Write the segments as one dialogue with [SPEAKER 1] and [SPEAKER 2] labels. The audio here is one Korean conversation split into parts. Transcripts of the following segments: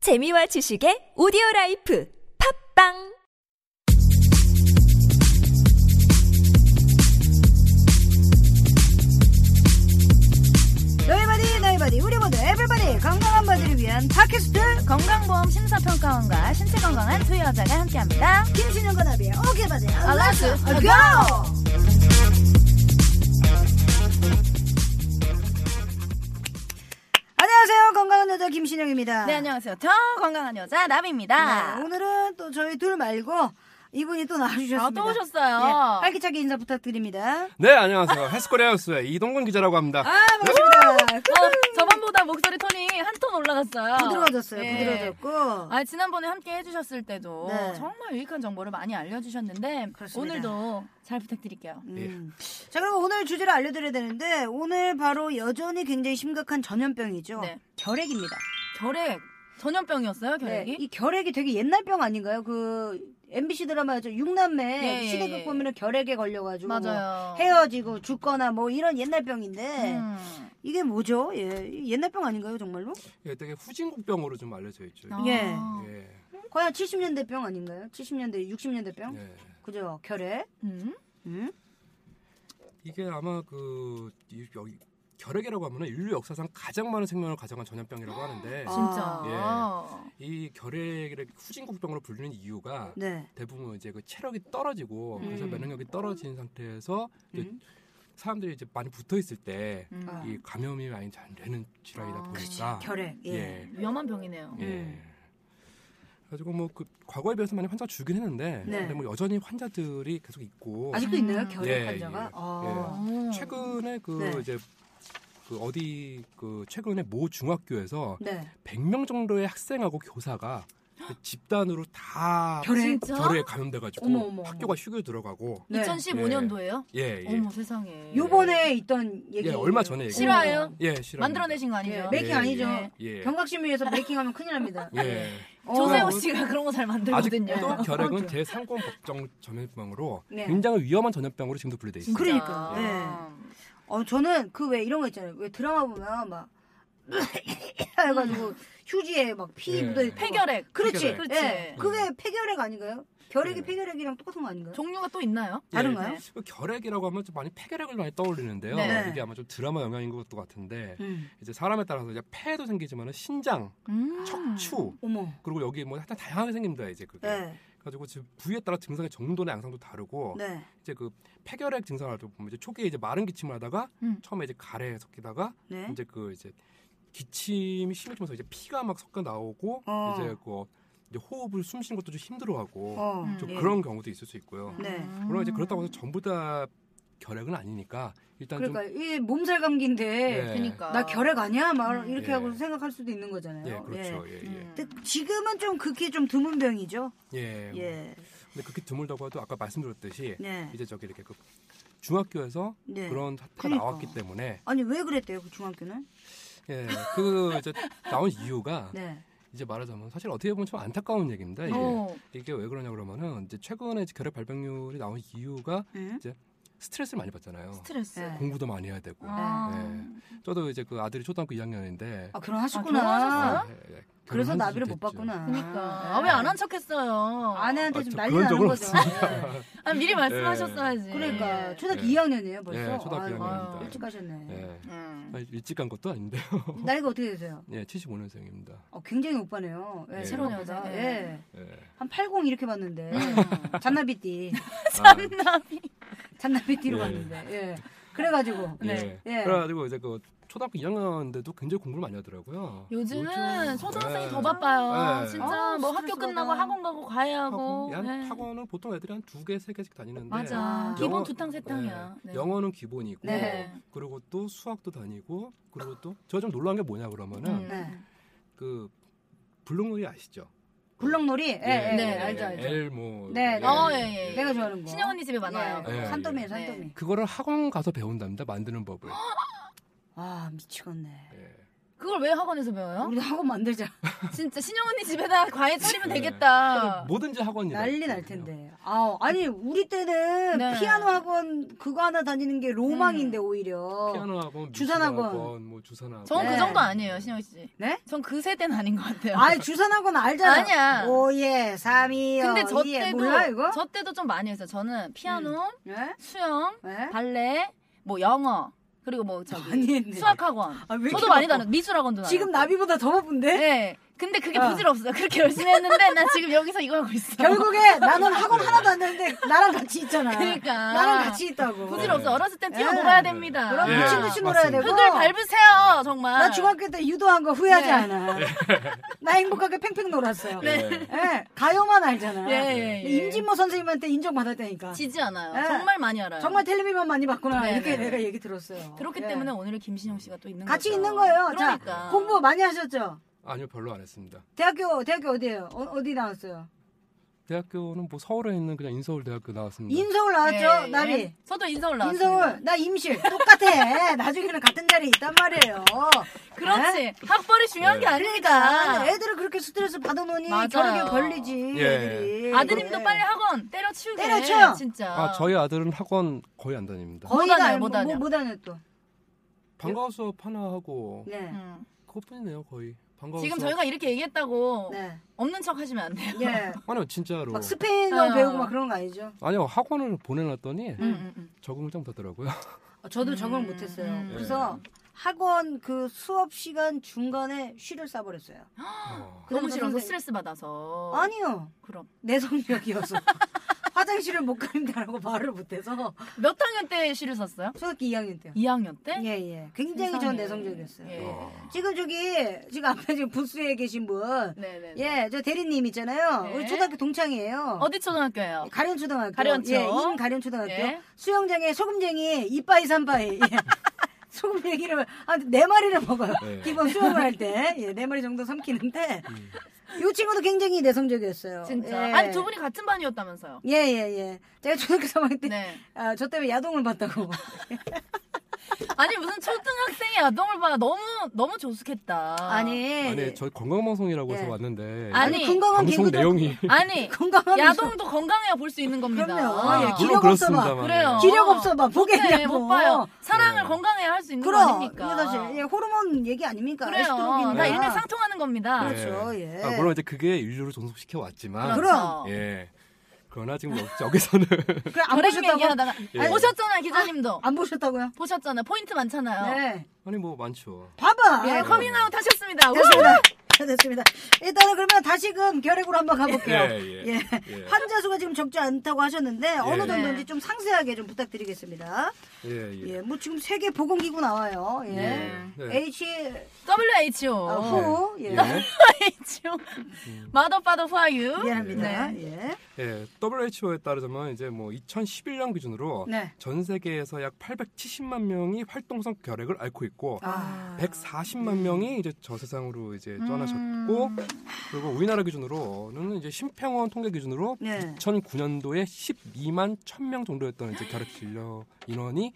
[SPEAKER 1] 재미와 지식의 오디오 라이프 팝빵
[SPEAKER 2] 너희 바디 너희 바디 우리 모두 에브리바디 건강한 바디를 위한 팟캐스트
[SPEAKER 3] 건강보험 심사평가원과 신체 건강한 두 여자가 함께합니다.
[SPEAKER 2] 김신영 건아비의 오케이 바디
[SPEAKER 3] let's
[SPEAKER 2] 알라스
[SPEAKER 3] go!
[SPEAKER 2] 고! 안녕하세요 건강한 여자 김신영입니다
[SPEAKER 3] 네, 안녕하세요. 더 건강한 여자
[SPEAKER 2] 네,
[SPEAKER 3] 라비입니다.
[SPEAKER 2] 오늘은 또 저희 둘 말고 이분이 또 나와주셨습니다
[SPEAKER 3] 아, 또
[SPEAKER 2] 네,
[SPEAKER 3] 오셨어요.
[SPEAKER 2] 활기차게 인사 부탁드립니다
[SPEAKER 4] 네 안녕하세요 헬스코리아뉴스의 이동근 기자라고 합니다.
[SPEAKER 2] 아 반갑습니다
[SPEAKER 3] 어, 저번보다 목소리 톤이 한 톤 올라갔어요.
[SPEAKER 2] 부드러워졌어요
[SPEAKER 3] 네.
[SPEAKER 2] 부드러워졌고
[SPEAKER 3] 아, 지난번에 함께 해주셨을 때도
[SPEAKER 2] 네.
[SPEAKER 3] 정말 유익한 정보를 많이 알려주셨는데
[SPEAKER 2] 그렇습니다.
[SPEAKER 3] 오늘도 잘 부탁드릴게요.
[SPEAKER 2] 음. 자 그럼 오늘 주제를 알려드려야 되는데 오늘 바로 여전히 굉장히 심각한 전염병이죠.
[SPEAKER 3] 네.
[SPEAKER 2] 결핵입니다.
[SPEAKER 3] 결핵 전염병이었어요, 결핵이?
[SPEAKER 2] 네, 이 결핵이 되게 옛날 병 아닌가요? 그 MBC 드라마 저 육남매
[SPEAKER 3] 예, 예,
[SPEAKER 2] 시대극
[SPEAKER 3] 예.
[SPEAKER 2] 보면은 결핵에 걸려가지고 뭐
[SPEAKER 3] 맞아요.
[SPEAKER 2] 헤어지고 죽거나 뭐 이런 옛날 병인데
[SPEAKER 3] 음.
[SPEAKER 2] 이게 뭐죠? 예, 이 옛날 병 아닌가요 정말로?
[SPEAKER 4] 예, 되게 후진국병으로 좀 알려져 있죠.
[SPEAKER 3] 아.
[SPEAKER 2] 예.
[SPEAKER 4] 예,
[SPEAKER 2] 거의 한 70년대 병 아닌가요? 70년대, 60년대 병?
[SPEAKER 4] 예.
[SPEAKER 2] 그죠? 결핵.
[SPEAKER 3] 음.
[SPEAKER 2] 음?
[SPEAKER 4] 이게 아마 그 이- 여기 결핵이라고 하면은 인류 역사상 가장 많은 생명을 가져간 전염병이라고 하는데
[SPEAKER 2] 아.
[SPEAKER 3] 진짜.
[SPEAKER 4] 이 결핵을 후진국병으로 불리는 이유가
[SPEAKER 2] 네.
[SPEAKER 4] 대부분 이제 그 체력이 떨어지고 그래서
[SPEAKER 2] 음.
[SPEAKER 4] 면역력이 떨어진 상태에서 이제
[SPEAKER 2] 음.
[SPEAKER 4] 사람들이 이제 많이 붙어 있을 때 이
[SPEAKER 3] 음.
[SPEAKER 2] 아.
[SPEAKER 4] 감염이 많이 잘 되는 질환이다
[SPEAKER 3] 아.
[SPEAKER 4] 보니까
[SPEAKER 2] 결핵. 예.
[SPEAKER 4] 예.
[SPEAKER 3] 위험한 병이네요.
[SPEAKER 4] 예.
[SPEAKER 2] 음.
[SPEAKER 4] 가지고 뭐 그 과거에 비해서 많이 환자가 줄긴 했는데
[SPEAKER 2] 네.
[SPEAKER 4] 근데 뭐 여전히 환자들이 계속 있고
[SPEAKER 2] 아직도 있나요?
[SPEAKER 3] 음.
[SPEAKER 2] 결핵
[SPEAKER 4] 예,
[SPEAKER 2] 환자가?
[SPEAKER 4] 예,
[SPEAKER 2] 아.
[SPEAKER 3] 오.
[SPEAKER 4] 최근에 그
[SPEAKER 2] 네.
[SPEAKER 4] 이제 그 어디 그 최근에 모 중학교에서
[SPEAKER 2] 네.
[SPEAKER 4] 100명 정도의 학생하고 교사가 집단으로 다
[SPEAKER 2] 결핵.
[SPEAKER 3] 진짜?
[SPEAKER 4] 결에 감염돼 가지고
[SPEAKER 2] 어머, 어머, 어머.
[SPEAKER 4] 학교가 휴교 들어가고
[SPEAKER 2] 네.
[SPEAKER 3] 2015년도예요?
[SPEAKER 4] 예, 예.
[SPEAKER 3] 어머 세상에.
[SPEAKER 2] 요번에 있던 얘기
[SPEAKER 4] 예, 얼마 전에 얘기.
[SPEAKER 3] 실화예요?
[SPEAKER 4] 예, 실화.
[SPEAKER 3] 만들어내신 거
[SPEAKER 2] 예,
[SPEAKER 3] 아니죠?
[SPEAKER 2] 메이킹
[SPEAKER 4] 예,
[SPEAKER 2] 아니죠.
[SPEAKER 3] 예.
[SPEAKER 4] 예.
[SPEAKER 2] 경각심의에서 메이킹하면 큰일 납니다.
[SPEAKER 4] 예.
[SPEAKER 2] 어.
[SPEAKER 3] 조세호 씨가 그런 거 잘 만들거든요.
[SPEAKER 4] 아직도 결핵은 제3권 법정 전염병으로
[SPEAKER 2] 네.
[SPEAKER 4] 굉장히 위험한 전염병으로 지금도 분류돼 있습니다.
[SPEAKER 2] 그러니까요. 네.
[SPEAKER 3] 음.
[SPEAKER 2] 어, 저는 그 왜 이런 거 있잖아요. 왜 드라마 보면 막 해가지고 휴지에 막 피
[SPEAKER 4] 예. 음.
[SPEAKER 2] 묻어 있고.
[SPEAKER 3] 폐결핵.
[SPEAKER 2] 그렇지.
[SPEAKER 4] 폐결핵.
[SPEAKER 3] 그렇지.
[SPEAKER 2] 예. 그게 폐결핵 아닌가요? 결핵이
[SPEAKER 4] 네.
[SPEAKER 2] 폐결핵이랑 똑같은 거 아닌가요?
[SPEAKER 3] 종류가 또 있나요?
[SPEAKER 2] 다른가요?
[SPEAKER 3] 네.
[SPEAKER 4] 그 결핵이라고 하면 좀 많이 폐결핵을 많이 떠올리는데요.
[SPEAKER 3] 네.
[SPEAKER 4] 이게 아마 좀 드라마 영향인 것 같은데
[SPEAKER 2] 음.
[SPEAKER 4] 이제 사람에 따라서 이제 폐도 생기지만 은 신장,
[SPEAKER 2] 아.
[SPEAKER 3] 음.
[SPEAKER 4] 척추
[SPEAKER 2] 어머.
[SPEAKER 4] 그리고 여기 뭐 하여튼 다양하게 생깁니다 이제 그게.
[SPEAKER 2] 네.
[SPEAKER 4] 그래가지고 지금 부위에 따라 증상의 정도나 양상도 다르고
[SPEAKER 2] 네.
[SPEAKER 4] 이제 그 폐결핵 증상을 보면 이제 초기에 이제 마른 기침을 하다가
[SPEAKER 3] 음.
[SPEAKER 4] 처음에 이제 가래에 섞이다가
[SPEAKER 2] 네.
[SPEAKER 4] 이제 그 이제 기침이 심해지면서 이제 피가 막 섞여 나오고
[SPEAKER 2] 어.
[SPEAKER 4] 이제 그 이제 호흡을 숨 쉬는 것도 좀 힘들어하고
[SPEAKER 2] 어.
[SPEAKER 3] 음.
[SPEAKER 4] 뭐 좀
[SPEAKER 2] 예.
[SPEAKER 4] 그런 경우도 있을 수 있고요.
[SPEAKER 2] 네.
[SPEAKER 3] 음.
[SPEAKER 4] 물론 이제 그렇다고 해서 전부 다 결핵은 아니니까 일단
[SPEAKER 2] 그러니까
[SPEAKER 4] 좀
[SPEAKER 2] 이 몸살 감기인데
[SPEAKER 4] 예.
[SPEAKER 3] 그러니까.
[SPEAKER 2] 나 결핵 아니야? 막 이렇게
[SPEAKER 4] 예.
[SPEAKER 2] 하고 생각할 수도 있는 거잖아요.
[SPEAKER 4] 예, 그렇죠. 예, 예.
[SPEAKER 3] 음.
[SPEAKER 2] 근데 지금은 좀 그게 좀 드문 병이죠.
[SPEAKER 4] 예.
[SPEAKER 2] 예.
[SPEAKER 4] 근데 그렇게 드물다고 해도 아까 말씀드렸듯이
[SPEAKER 2] 네.
[SPEAKER 4] 이제 저기 이렇게 그 중학교에서
[SPEAKER 2] 네.
[SPEAKER 4] 그런 사태가
[SPEAKER 2] 그러니까.
[SPEAKER 4] 나왔기 때문에
[SPEAKER 2] 아니 왜 그랬대요 그 중학교는?
[SPEAKER 4] 예. 그 이제 나온 이유가
[SPEAKER 2] 네.
[SPEAKER 4] 이제 말하자면 사실 어떻게 보면 좀 안타까운 얘기입니다. 이게,
[SPEAKER 3] 어.
[SPEAKER 4] 이게 왜 그러냐 그러면은 이제 최근에 이제 결핵 발병률이 나온 이유가
[SPEAKER 2] 응?
[SPEAKER 4] 스트레스를 많이 받잖아요.
[SPEAKER 3] 스트레스.
[SPEAKER 2] 네.
[SPEAKER 4] 공부도 많이 해야 되고.
[SPEAKER 3] 아.
[SPEAKER 4] 예. 저도 이제 그 아들이 초등학교 2학년인데
[SPEAKER 2] 아
[SPEAKER 3] 아,
[SPEAKER 2] 결혼하셨구나.
[SPEAKER 3] 결혼하셨어요?
[SPEAKER 4] 예, 예.
[SPEAKER 2] 그래서
[SPEAKER 4] 결혼한 지도
[SPEAKER 2] 나비를 못
[SPEAKER 4] 됐죠.
[SPEAKER 2] 봤구나.
[SPEAKER 3] 그러니까. 아, 왜 안 한 척했어요?
[SPEAKER 2] 아내한테
[SPEAKER 4] 아,
[SPEAKER 2] 좀
[SPEAKER 4] 저
[SPEAKER 2] 난리
[SPEAKER 4] 그런
[SPEAKER 2] 나는
[SPEAKER 4] 적은
[SPEAKER 2] 거죠.
[SPEAKER 3] 아,
[SPEAKER 4] 네.
[SPEAKER 3] 미리 말씀하셨어야지. 네.
[SPEAKER 2] 예. 그러니까 초등학교
[SPEAKER 4] 예.
[SPEAKER 2] 2학년이에요 벌써.
[SPEAKER 4] 예, 초등학교
[SPEAKER 2] 아이고,
[SPEAKER 4] 2학년입니다.
[SPEAKER 2] 일찍 가셨네.
[SPEAKER 4] 예.
[SPEAKER 3] 음.
[SPEAKER 4] 아니, 일찍 간 것도 아닌데요.
[SPEAKER 2] 나이가 어떻게 되세요?
[SPEAKER 4] 예, 75년생입니다.
[SPEAKER 2] 어, 굉장히 오빠네요. 예,
[SPEAKER 4] 예.
[SPEAKER 2] 새로운
[SPEAKER 3] 예.
[SPEAKER 2] 여자.
[SPEAKER 3] 예.
[SPEAKER 2] 예.
[SPEAKER 4] 예.
[SPEAKER 2] 한 80 이렇게 봤는데 잔나비띠,
[SPEAKER 4] 아,
[SPEAKER 2] 잔나비띠로
[SPEAKER 4] 예.
[SPEAKER 2] 봤는데. 예. 그래가지고.
[SPEAKER 4] 예.
[SPEAKER 3] 네.
[SPEAKER 2] 예.
[SPEAKER 4] 그래가지고 이제 그 초등학교 2학년인데도 굉장히 공부를 많이 하더라고요.
[SPEAKER 3] 요즘은
[SPEAKER 4] 요즘-
[SPEAKER 3] 초등학생이
[SPEAKER 4] 예.
[SPEAKER 3] 더 바빠요.
[SPEAKER 4] 예.
[SPEAKER 3] 진짜
[SPEAKER 2] 아,
[SPEAKER 3] 뭐
[SPEAKER 2] 스트레스
[SPEAKER 3] 학교 끝나고
[SPEAKER 2] 받아.
[SPEAKER 3] 학원 가고 과외 하고.
[SPEAKER 4] 학원, 한
[SPEAKER 3] 예.
[SPEAKER 4] 학원은 보통 애들이 한 두 개, 세 개씩 다니는데
[SPEAKER 3] 맞아.
[SPEAKER 2] 아,
[SPEAKER 3] 기본
[SPEAKER 4] 영어-
[SPEAKER 3] 두탕 세탕이야.
[SPEAKER 4] 예,
[SPEAKER 3] 네.
[SPEAKER 4] 영어는 기본이고
[SPEAKER 2] 네.
[SPEAKER 4] 그리고 또 수학도 다니고 그리고 또 제가 좀 놀란 게 뭐냐 그러면은
[SPEAKER 3] 음.
[SPEAKER 2] 네.
[SPEAKER 4] 그 불능놀이 아시죠?
[SPEAKER 2] 불렁놀이. 예, 예,
[SPEAKER 3] 네,
[SPEAKER 2] 예.
[SPEAKER 3] 알죠, 알죠.
[SPEAKER 4] 엘뭐
[SPEAKER 2] 네, 네.
[SPEAKER 3] 어, 예, 예.
[SPEAKER 2] 내가 좋아하는 거.
[SPEAKER 3] 신영 언니 집에 많아요.
[SPEAKER 2] 예.
[SPEAKER 4] 예,
[SPEAKER 2] 산더미예요,
[SPEAKER 4] 예.
[SPEAKER 2] 산더미.
[SPEAKER 4] 그거를 학원 가서 배운답니다. 만드는 법을.
[SPEAKER 2] 아 미치겠네.
[SPEAKER 4] 예.
[SPEAKER 3] 그걸 왜 학원에서 배워요?
[SPEAKER 2] 우리도 학원 만들자.
[SPEAKER 3] 진짜 신영 언니 집에다 과외 차리면
[SPEAKER 4] 네.
[SPEAKER 3] 되겠다.
[SPEAKER 4] 뭐든지 학원이래.
[SPEAKER 2] 난리 날 텐데. 아, 아니 우리 때는
[SPEAKER 3] 네.
[SPEAKER 2] 피아노 학원 그거 하나 다니는 게 로망인데 오히려.
[SPEAKER 4] 어. 피아노 학원,
[SPEAKER 2] 어, 주산
[SPEAKER 4] 주산
[SPEAKER 2] 학원.
[SPEAKER 4] 학원, 뭐 주산 학원.
[SPEAKER 3] 전 그
[SPEAKER 2] 네.
[SPEAKER 3] 정도 아니에요, 신영 씨.
[SPEAKER 2] 네?
[SPEAKER 3] 전 그 세대는 아닌 것 같아요.
[SPEAKER 2] 아니 주산 학원 알잖아.
[SPEAKER 3] 아니야.
[SPEAKER 2] 오예, 삼이.
[SPEAKER 3] 근데 저
[SPEAKER 2] 예.
[SPEAKER 3] 때도
[SPEAKER 2] 몰라 이거?
[SPEAKER 3] 저 때도 좀 많이 했어요. 저는 피아노,
[SPEAKER 2] 예?
[SPEAKER 3] 수영,
[SPEAKER 2] 예?
[SPEAKER 3] 발레, 뭐 영어, 그리고 뭐 저기
[SPEAKER 2] 많이 했네.
[SPEAKER 3] 수학학원.
[SPEAKER 2] 아, 왜 이렇게
[SPEAKER 3] 저도 많이
[SPEAKER 2] 바빠?
[SPEAKER 3] 다녔. 미술학원도 다녔.
[SPEAKER 2] 지금 나비보다 더 바쁜데?
[SPEAKER 3] 네. 근데 그게
[SPEAKER 2] 어.
[SPEAKER 3] 부질없어요. 그렇게 열심히 했는데 나 지금 여기서 이거 하고 있어.
[SPEAKER 2] 결국에 나는 학원 하나도 안 다녔는데 나랑 같이 있잖아.
[SPEAKER 3] 그러니까.
[SPEAKER 2] 나랑 같이 있다고.
[SPEAKER 3] 부질없어. 어렸을 땐 뛰어
[SPEAKER 2] 네.
[SPEAKER 3] 놀아야 됩니다.
[SPEAKER 2] 그럼
[SPEAKER 4] 예,
[SPEAKER 2] 미친 듯이 놀아야 되고.
[SPEAKER 4] 맞습니다.
[SPEAKER 3] 흙을 밟으세요, 정말.
[SPEAKER 2] 나 중학교 때 유도한 거 후회하지
[SPEAKER 3] 네.
[SPEAKER 2] 않아. 나 행복하게 팽팽 놀았어요.
[SPEAKER 4] 네.
[SPEAKER 2] 예, 가요만 알잖아.
[SPEAKER 3] 예, 예, 예.
[SPEAKER 2] 임진모 선생님한테 인정받았다니까.
[SPEAKER 3] 지지 않아요.
[SPEAKER 2] 예.
[SPEAKER 3] 정말 많이 알아요.
[SPEAKER 2] 정말 텔레비만 많이 봤구나.
[SPEAKER 3] 네,
[SPEAKER 2] 이렇게
[SPEAKER 3] 네.
[SPEAKER 2] 내가 얘기 들었어요.
[SPEAKER 3] 그렇기
[SPEAKER 2] 예.
[SPEAKER 3] 때문에 오늘 김신영 씨가 또 있는
[SPEAKER 2] 같이
[SPEAKER 3] 거죠.
[SPEAKER 2] 있는 거예요.
[SPEAKER 3] 그러니까.
[SPEAKER 2] 자, 공부 많이 하셨죠?
[SPEAKER 4] 아니요, 별로 안 했습니다.
[SPEAKER 2] 대학교, 대학교 어디예요? 어, 디 나왔어요?
[SPEAKER 4] 대학교는 뭐 서울에 있는 그냥 인서울대학교 나왔습니다.
[SPEAKER 2] 인서울
[SPEAKER 3] 예,
[SPEAKER 2] 나왔죠?
[SPEAKER 3] 예.
[SPEAKER 2] 나비.
[SPEAKER 3] 저도 인서울 나왔어요.
[SPEAKER 2] 인서울, 나 임실. 똑같아. 나중에는 같은 자리에 있단 말이에요.
[SPEAKER 3] 그렇지.
[SPEAKER 2] 예?
[SPEAKER 3] 학벌이 중요한
[SPEAKER 4] 네.
[SPEAKER 3] 게
[SPEAKER 2] 그러니까
[SPEAKER 3] 아니니까.
[SPEAKER 2] 애들을 그렇게 스트레스 받아놓으니
[SPEAKER 3] 맞아요.
[SPEAKER 2] 결국에 걸리지.
[SPEAKER 4] 예.
[SPEAKER 2] 애들이.
[SPEAKER 3] 아드님도
[SPEAKER 2] 예.
[SPEAKER 3] 빨리 학원 때려치우게.
[SPEAKER 2] 때려쳐!
[SPEAKER 3] 진짜.
[SPEAKER 4] 아, 저희 아들은 학원 거의 안 다닙니다.
[SPEAKER 3] 어?
[SPEAKER 2] 거의
[SPEAKER 3] 못
[SPEAKER 2] 다
[SPEAKER 3] 다녀요,
[SPEAKER 2] 뭐-
[SPEAKER 3] 못 다녀.
[SPEAKER 2] 뭐 다녀 또.
[SPEAKER 4] 방과후 수업 하나 하고
[SPEAKER 2] 네.
[SPEAKER 3] 음.
[SPEAKER 4] 그것뿐이네요, 거의. 방과후
[SPEAKER 3] 지금
[SPEAKER 4] 수업.
[SPEAKER 3] 저희가 이렇게 얘기했다고
[SPEAKER 2] 네.
[SPEAKER 3] 없는 척 하시면 안 돼요.
[SPEAKER 2] 예.
[SPEAKER 4] 아니요, 진짜로.
[SPEAKER 2] 막 스페인어
[SPEAKER 3] 어.
[SPEAKER 2] 배우고 막 그런 거 아니죠?
[SPEAKER 4] 아니요, 학원을 보내놨더니
[SPEAKER 3] 음, 음, 음.
[SPEAKER 4] 적응을 좀 되더라고요.
[SPEAKER 2] 어, 저도
[SPEAKER 3] 음.
[SPEAKER 2] 적응 못했어요.
[SPEAKER 3] 음.
[SPEAKER 2] 그래서 학원 그 수업 시간 중간에 쉬를 싸버렸어요.
[SPEAKER 4] 어.
[SPEAKER 2] 그래서
[SPEAKER 3] 너무 싫어서
[SPEAKER 2] 선생님-
[SPEAKER 3] 스트레스 받아서.
[SPEAKER 2] 아니요.
[SPEAKER 3] 그럼
[SPEAKER 2] 내 성격이어서. 화장실을 못 가린다라고 말을 못해서
[SPEAKER 3] 몇 학년 때 시를 썼어요?
[SPEAKER 2] 초등학교 2학년 때요.
[SPEAKER 3] 2학년 때?
[SPEAKER 2] 예, 예. 굉장히 전
[SPEAKER 3] 네? 세상에.
[SPEAKER 2] 내성적이었어요.
[SPEAKER 3] 예.
[SPEAKER 2] 지금 저기, 지금 앞에 지금 부스에 계신 분.
[SPEAKER 3] 네네.
[SPEAKER 2] 예, 저 대리님 있잖아요.
[SPEAKER 3] 네.
[SPEAKER 2] 우리 초등학교 동창이에요.
[SPEAKER 3] 어디 초등학교예요?
[SPEAKER 2] 가련초등학교.
[SPEAKER 3] 가련초.
[SPEAKER 2] 예, 인 가련초등학교.
[SPEAKER 3] 예.
[SPEAKER 2] 수영장에 소금쟁이 이빠이 삼빠이. 예. 소금쟁이를 아, 네 마리를 먹어요.
[SPEAKER 4] 네. 음.
[SPEAKER 2] 기본 수영을 할 때. 예, 네 마리 정도 삼키는데 이 친구도 굉장히 내성적이었어요.
[SPEAKER 3] 진짜.
[SPEAKER 2] 예.
[SPEAKER 3] 아니 두 분이 같은 반이었다면서요?
[SPEAKER 2] 예, 예, 예. 제가 초등학교 3학년 때
[SPEAKER 3] 네.
[SPEAKER 2] 아, 저 때문에 야동을 봤다고.
[SPEAKER 3] 아니 무슨 초등학생이 아동을 봐 너무 너무 조숙했다.
[SPEAKER 2] 아니.
[SPEAKER 4] 아니, 저희 건강방송이라고
[SPEAKER 2] 예.
[SPEAKER 4] 해서 왔는데
[SPEAKER 3] 아니,
[SPEAKER 2] 네. 건강한
[SPEAKER 4] 방송
[SPEAKER 2] 개그
[SPEAKER 4] 내용이
[SPEAKER 3] 아니
[SPEAKER 2] 건강한
[SPEAKER 3] 야동도 건강해야 볼 수 있는 겁니다.
[SPEAKER 2] 그럼요.
[SPEAKER 4] 아,
[SPEAKER 2] 예,
[SPEAKER 4] 물론
[SPEAKER 2] 기력 없어
[SPEAKER 4] 그렇습니다만.
[SPEAKER 2] 봐.
[SPEAKER 3] 그래요.
[SPEAKER 2] 기력 없어 봐.
[SPEAKER 3] 네,
[SPEAKER 2] 보겠냐고.
[SPEAKER 3] 못 봐요. 사랑을
[SPEAKER 4] 네.
[SPEAKER 3] 건강해야 할 수 있는 거
[SPEAKER 2] 그럼
[SPEAKER 3] 아닙니까?
[SPEAKER 2] 이게 사실 예, 호르몬 얘기 아닙니까?
[SPEAKER 3] 그래요.
[SPEAKER 2] 에스트로겐이나.
[SPEAKER 4] 네.
[SPEAKER 3] 다 일맥상통하는 겁니다.
[SPEAKER 2] 네. 그렇죠, 예. 그렇죠.
[SPEAKER 4] 아, 물론 이제 그게 인류를 존속시켜
[SPEAKER 3] 그렇죠.
[SPEAKER 4] 왔지만.
[SPEAKER 2] 그럼.
[SPEAKER 4] 예. 그러나 지금 여기- 여기서는
[SPEAKER 2] 그래 안
[SPEAKER 3] 결핵
[SPEAKER 2] 보셨다고?
[SPEAKER 3] 얘기하다가
[SPEAKER 4] 예.
[SPEAKER 3] 보셨잖아요 기자님도
[SPEAKER 2] 안 보셨다고요?
[SPEAKER 3] 보셨잖아요 포인트 많잖아요.
[SPEAKER 2] 네.
[SPEAKER 4] 아니 뭐 많죠.
[SPEAKER 2] 봐봐.
[SPEAKER 3] 예, 커밍아웃 하셨습니다. 우!
[SPEAKER 2] 됐습니다. 됐습니다. 일단은 그러면 다시금 결핵으로 한번 가볼게요.
[SPEAKER 4] 예, 예. 예.
[SPEAKER 2] 환자 수가 지금 적지 않다고 하셨는데 어느
[SPEAKER 4] 예.
[SPEAKER 2] 정도인지 좀 상세하게 좀 부탁드리겠습니다.
[SPEAKER 4] 예, 예.
[SPEAKER 2] 예, 뭐 지금 세계 보건기구 나와요. 예.
[SPEAKER 4] 예. 네. 어,
[SPEAKER 2] H
[SPEAKER 3] WHO.
[SPEAKER 2] 아, 후 예.
[SPEAKER 3] WHO.
[SPEAKER 4] 음.
[SPEAKER 3] 마더파더 후아유.
[SPEAKER 2] 미안합니다. 예.
[SPEAKER 4] 예, WHO에 따르자면 이제 뭐 2011년 기준으로
[SPEAKER 2] 네.
[SPEAKER 4] 전 세계에서 약 870만 명이 활동성 결핵을 앓고 있고
[SPEAKER 2] 아.
[SPEAKER 4] 140만 명이 이제 저 세상으로 이제 떠나셨고 그리고 우리나라 기준으로는 이제 심평원 통계 기준으로
[SPEAKER 2] 네.
[SPEAKER 4] 2009년도에 12만 1000명 정도였던 이제 결핵 진료 인원이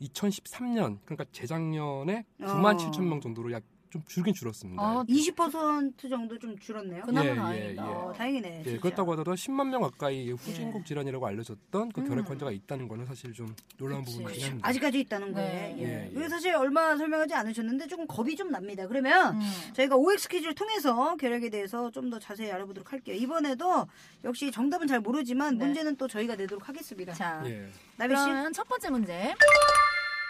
[SPEAKER 4] 2013년 그러니까 재작년에 9만
[SPEAKER 2] 어.
[SPEAKER 4] 7000명 정도로 약 좀 줄긴 줄었습니다.
[SPEAKER 3] 어,
[SPEAKER 2] 20% 정도 좀 줄었네요.
[SPEAKER 3] 그나마
[SPEAKER 4] 예, 예,
[SPEAKER 3] 다행이다.
[SPEAKER 4] 예.
[SPEAKER 2] 어, 다행이네.
[SPEAKER 4] 예,
[SPEAKER 2] 진짜.
[SPEAKER 4] 그렇다고 하더라도 10만 명 가까이
[SPEAKER 2] 예.
[SPEAKER 4] 후진국 질환이라고 알려졌던 그 결핵 환자가 있다는 거는 사실 좀 놀라운
[SPEAKER 3] 그치.
[SPEAKER 4] 부분이긴 합니다.
[SPEAKER 2] 아직까지 있다는 거예요.
[SPEAKER 3] 네.
[SPEAKER 2] 예.
[SPEAKER 4] 예,
[SPEAKER 2] 이게
[SPEAKER 4] 예.
[SPEAKER 2] 사실 얼마 설명하지 않으셨는데 조금 겁이 좀 납니다. 그러면
[SPEAKER 3] 음.
[SPEAKER 2] 저희가 OX 퀴즈를 통해서 결핵에 대해서 좀 더 자세히 알아보도록 할게요. 이번에도 역시 정답은 잘 모르지만
[SPEAKER 3] 네.
[SPEAKER 2] 문제는 또 저희가 내도록 하겠습니다.
[SPEAKER 3] 자,
[SPEAKER 4] 예.
[SPEAKER 2] 나비 씨,
[SPEAKER 3] 그러면 첫 번째 문제.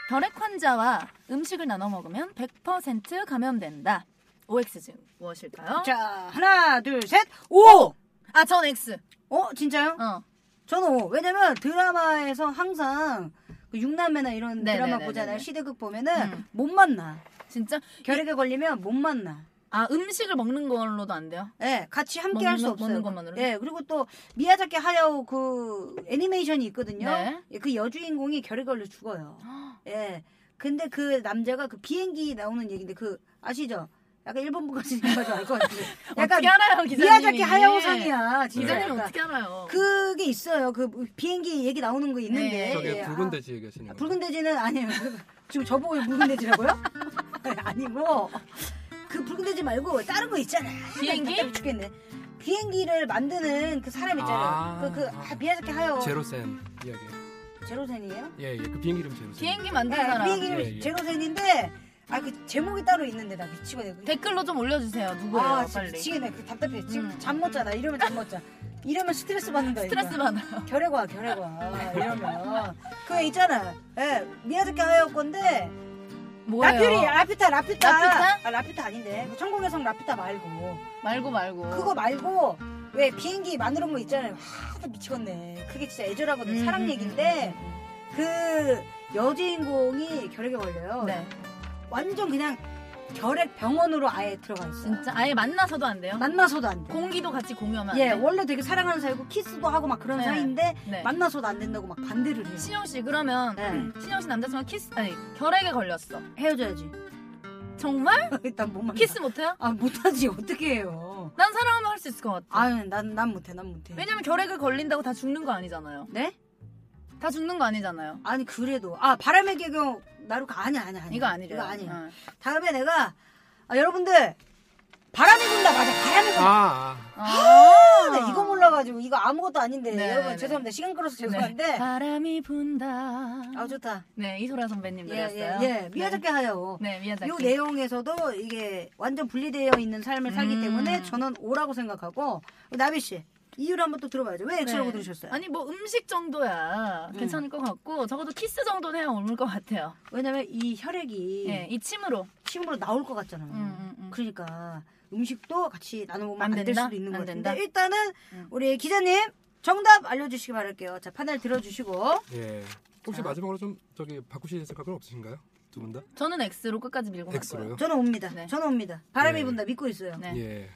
[SPEAKER 3] 결핵 환자와 음식을 나눠 먹으면 100% 감염된다. OX즈 무엇일까요?
[SPEAKER 2] 자 하나, 둘, 셋, 오.
[SPEAKER 3] 아, 전 X.
[SPEAKER 2] 어 진짜요?
[SPEAKER 3] 어.
[SPEAKER 2] 저는 오. 왜냐면 드라마에서 항상 그 육남매나 이런
[SPEAKER 3] 네,
[SPEAKER 2] 드라마
[SPEAKER 3] 네, 네,
[SPEAKER 2] 보잖아요.
[SPEAKER 3] 네, 네.
[SPEAKER 2] 시대극 보면은
[SPEAKER 3] 음.
[SPEAKER 2] 못 만나.
[SPEAKER 3] 진짜?
[SPEAKER 2] 결핵에 걸리면 못 만나.
[SPEAKER 3] 아, 음식을 먹는 걸로도 안 돼요?
[SPEAKER 2] 예, 같이 함께
[SPEAKER 3] 먹는
[SPEAKER 2] 할 수
[SPEAKER 3] 거-
[SPEAKER 2] 없어요.
[SPEAKER 3] 먹는 것만으로는?
[SPEAKER 2] 예, 그리고 또 미야자키 하야오 그 애니메이션이 있거든요.
[SPEAKER 3] 네.
[SPEAKER 2] 예, 그 여주인공이 결핵 걸려 죽어요. 예. 근데 그 남자가 그 비행기 나오는 얘기인데 그 아시죠? 약간 일본 분까지 생각하지 말것 같은데. 약간
[SPEAKER 3] 어떻게 알아요, 기자님?
[SPEAKER 2] 미야자키 하야오상이야. 진짜.
[SPEAKER 3] 기자님
[SPEAKER 2] 약간.
[SPEAKER 3] 어떻게 알아요?
[SPEAKER 2] 그게 있어요. 그 비행기 얘기 나오는 거 있는데.
[SPEAKER 3] 네.
[SPEAKER 4] 저게
[SPEAKER 2] 예,
[SPEAKER 4] 붉은
[SPEAKER 2] 아.
[SPEAKER 4] 돼지 얘기하시는
[SPEAKER 2] 아,
[SPEAKER 4] 거예요?
[SPEAKER 2] 붉은 돼지는 아니에요. 지금 저보고 붉은 돼지라고요? 아니고 그 붉은 돼지 말고 다른 거 있잖아.
[SPEAKER 3] 비행기?
[SPEAKER 2] 답답해 죽겠네. 비행기를 만드는 그 사람 있잖아요.
[SPEAKER 4] 아.
[SPEAKER 2] 그, 그, 아, 미야자키 하요.
[SPEAKER 4] 제로센 이야기.
[SPEAKER 2] 제로센이에요?
[SPEAKER 4] 예, 예. 그 비행기 이름 제로센.
[SPEAKER 3] 비행기 만드는
[SPEAKER 2] 네,
[SPEAKER 3] 사람
[SPEAKER 2] 비행기
[SPEAKER 4] 예, 예.
[SPEAKER 2] 제로센인데, 아, 그 제목이 따로 있는데 나 미치거든.
[SPEAKER 3] 댓글로 좀 올려주세요. 누구예요?
[SPEAKER 2] 아, 진짜
[SPEAKER 3] 빨리.
[SPEAKER 2] 미치겠네. 그 답답해. 지금
[SPEAKER 3] 음.
[SPEAKER 2] 잠 못 자나 이러면 잠 못 자. 이러면 스트레스 받는다. 이거.
[SPEAKER 3] 스트레스 받아요.
[SPEAKER 2] 결핵와 결핵와 이러면 그 있잖아. 예, 미야자키 하요 건데
[SPEAKER 3] 뭐예요?
[SPEAKER 2] 라퓨리 라퓨타 라퓨타
[SPEAKER 3] 라퓨타?
[SPEAKER 2] 아 라퓨타 아닌데 그 천공의 성 라퓨타 말고
[SPEAKER 3] 말고 말고.
[SPEAKER 2] 그거 말고 왜 비행기 만드는 거 있잖아요. 하나 미치겠네. 그게 진짜 애절하거든.
[SPEAKER 3] 음,
[SPEAKER 2] 사랑
[SPEAKER 3] 음,
[SPEAKER 2] 얘기인데 그 여주인공이 결핵에 걸려요.
[SPEAKER 3] 네.
[SPEAKER 2] 완전 그냥 결핵 병원으로 아예 들어가 있어요.
[SPEAKER 3] 진짜 아예 만나서도 안 돼요?
[SPEAKER 2] 만나서도 안 돼.
[SPEAKER 3] 공기도 같이 공유하면 안
[SPEAKER 2] 예,
[SPEAKER 3] 돼요?
[SPEAKER 2] 원래 되게 사랑하는 사이고 키스도 하고 막 그런
[SPEAKER 3] 네.
[SPEAKER 2] 사이인데
[SPEAKER 3] 네.
[SPEAKER 2] 만나서도 안 된다고 막 반대를 해요.
[SPEAKER 3] 신영 씨 그러면 음,
[SPEAKER 2] 네.
[SPEAKER 3] 신영 씨 남자친구 키스 아니 결핵에 걸렸어.
[SPEAKER 2] 헤어져야지.
[SPEAKER 3] 정말?
[SPEAKER 2] 일단 못 만나.
[SPEAKER 3] 키스 못해요?
[SPEAKER 2] 아 못하지 어떻게 해요?
[SPEAKER 3] 난 사랑하면 할 수 있을 것 같아.
[SPEAKER 2] 아유 난 난 못해 난 못해.
[SPEAKER 3] 왜냐면 결핵에 걸린다고 다 죽는 거 아니잖아요.
[SPEAKER 2] 네?
[SPEAKER 3] 다 죽는 거 아니잖아요.
[SPEAKER 2] 아니 그래도 아 바람의 개경 나루가 아니야 아니야 아니야
[SPEAKER 3] 이거 아니래요.
[SPEAKER 2] 이거 아니야.
[SPEAKER 3] 어.
[SPEAKER 2] 다음에 내가 아, 여러분들 바람이 분다 맞아 바람이 분다.
[SPEAKER 4] 아, 아.
[SPEAKER 2] 아, 나 이거 몰라가지고 이거 아무것도 아닌데
[SPEAKER 3] 네,
[SPEAKER 2] 여러분
[SPEAKER 3] 네.
[SPEAKER 2] 죄송합니다 시간 끌어서 죄송한데
[SPEAKER 3] 네. 바람이 분다.
[SPEAKER 2] 아 좋다.
[SPEAKER 3] 네, 이소라 선배님
[SPEAKER 2] 예예
[SPEAKER 3] 노래였어요.
[SPEAKER 2] 예. 미야자키 하요.
[SPEAKER 3] 네, 네
[SPEAKER 2] 이
[SPEAKER 3] 미야자키.
[SPEAKER 2] 내용에서도 이게 완전 분리되어 있는 삶을 살기
[SPEAKER 3] 음.
[SPEAKER 2] 때문에 저는 오라고 생각하고 나비 씨 이유를 한번 또 들어봐야죠. 왜
[SPEAKER 3] 네.
[SPEAKER 2] 엑스라고 들으셨어요?
[SPEAKER 3] 아니 뭐 음식 정도야
[SPEAKER 2] 음.
[SPEAKER 3] 괜찮을 것 같고 적어도 키스 정도는 해야 옮을 것 같아요.
[SPEAKER 2] 왜냐면 이 혈액이
[SPEAKER 3] 예, 이 침으로.
[SPEAKER 2] 침으로 나올 것 같잖아요.
[SPEAKER 3] 음, 음, 음.
[SPEAKER 2] 그러니까 음식도 같이 나눠
[SPEAKER 3] 안
[SPEAKER 2] 먹으면 안 될
[SPEAKER 3] 된다?
[SPEAKER 2] 수도 있는
[SPEAKER 3] 안
[SPEAKER 2] 것 같은데
[SPEAKER 3] 된다?
[SPEAKER 2] 일단은
[SPEAKER 3] 음.
[SPEAKER 2] 우리 기자님 정답 알려주시기 바랄게요. 자 판을 들어주시고
[SPEAKER 4] 예. 혹시 마지막으로 좀 저기 바꾸실 생각은 없으신가요? 두 분 다?
[SPEAKER 3] 저는 X로 끝까지 밀고 갈
[SPEAKER 4] X로요?
[SPEAKER 3] 거예요.
[SPEAKER 2] 저는 옵니다.
[SPEAKER 3] 네.
[SPEAKER 2] 저는 옵니다. 바람이
[SPEAKER 4] 네.
[SPEAKER 2] 분다 믿고 있어요.
[SPEAKER 3] 네.
[SPEAKER 4] 예.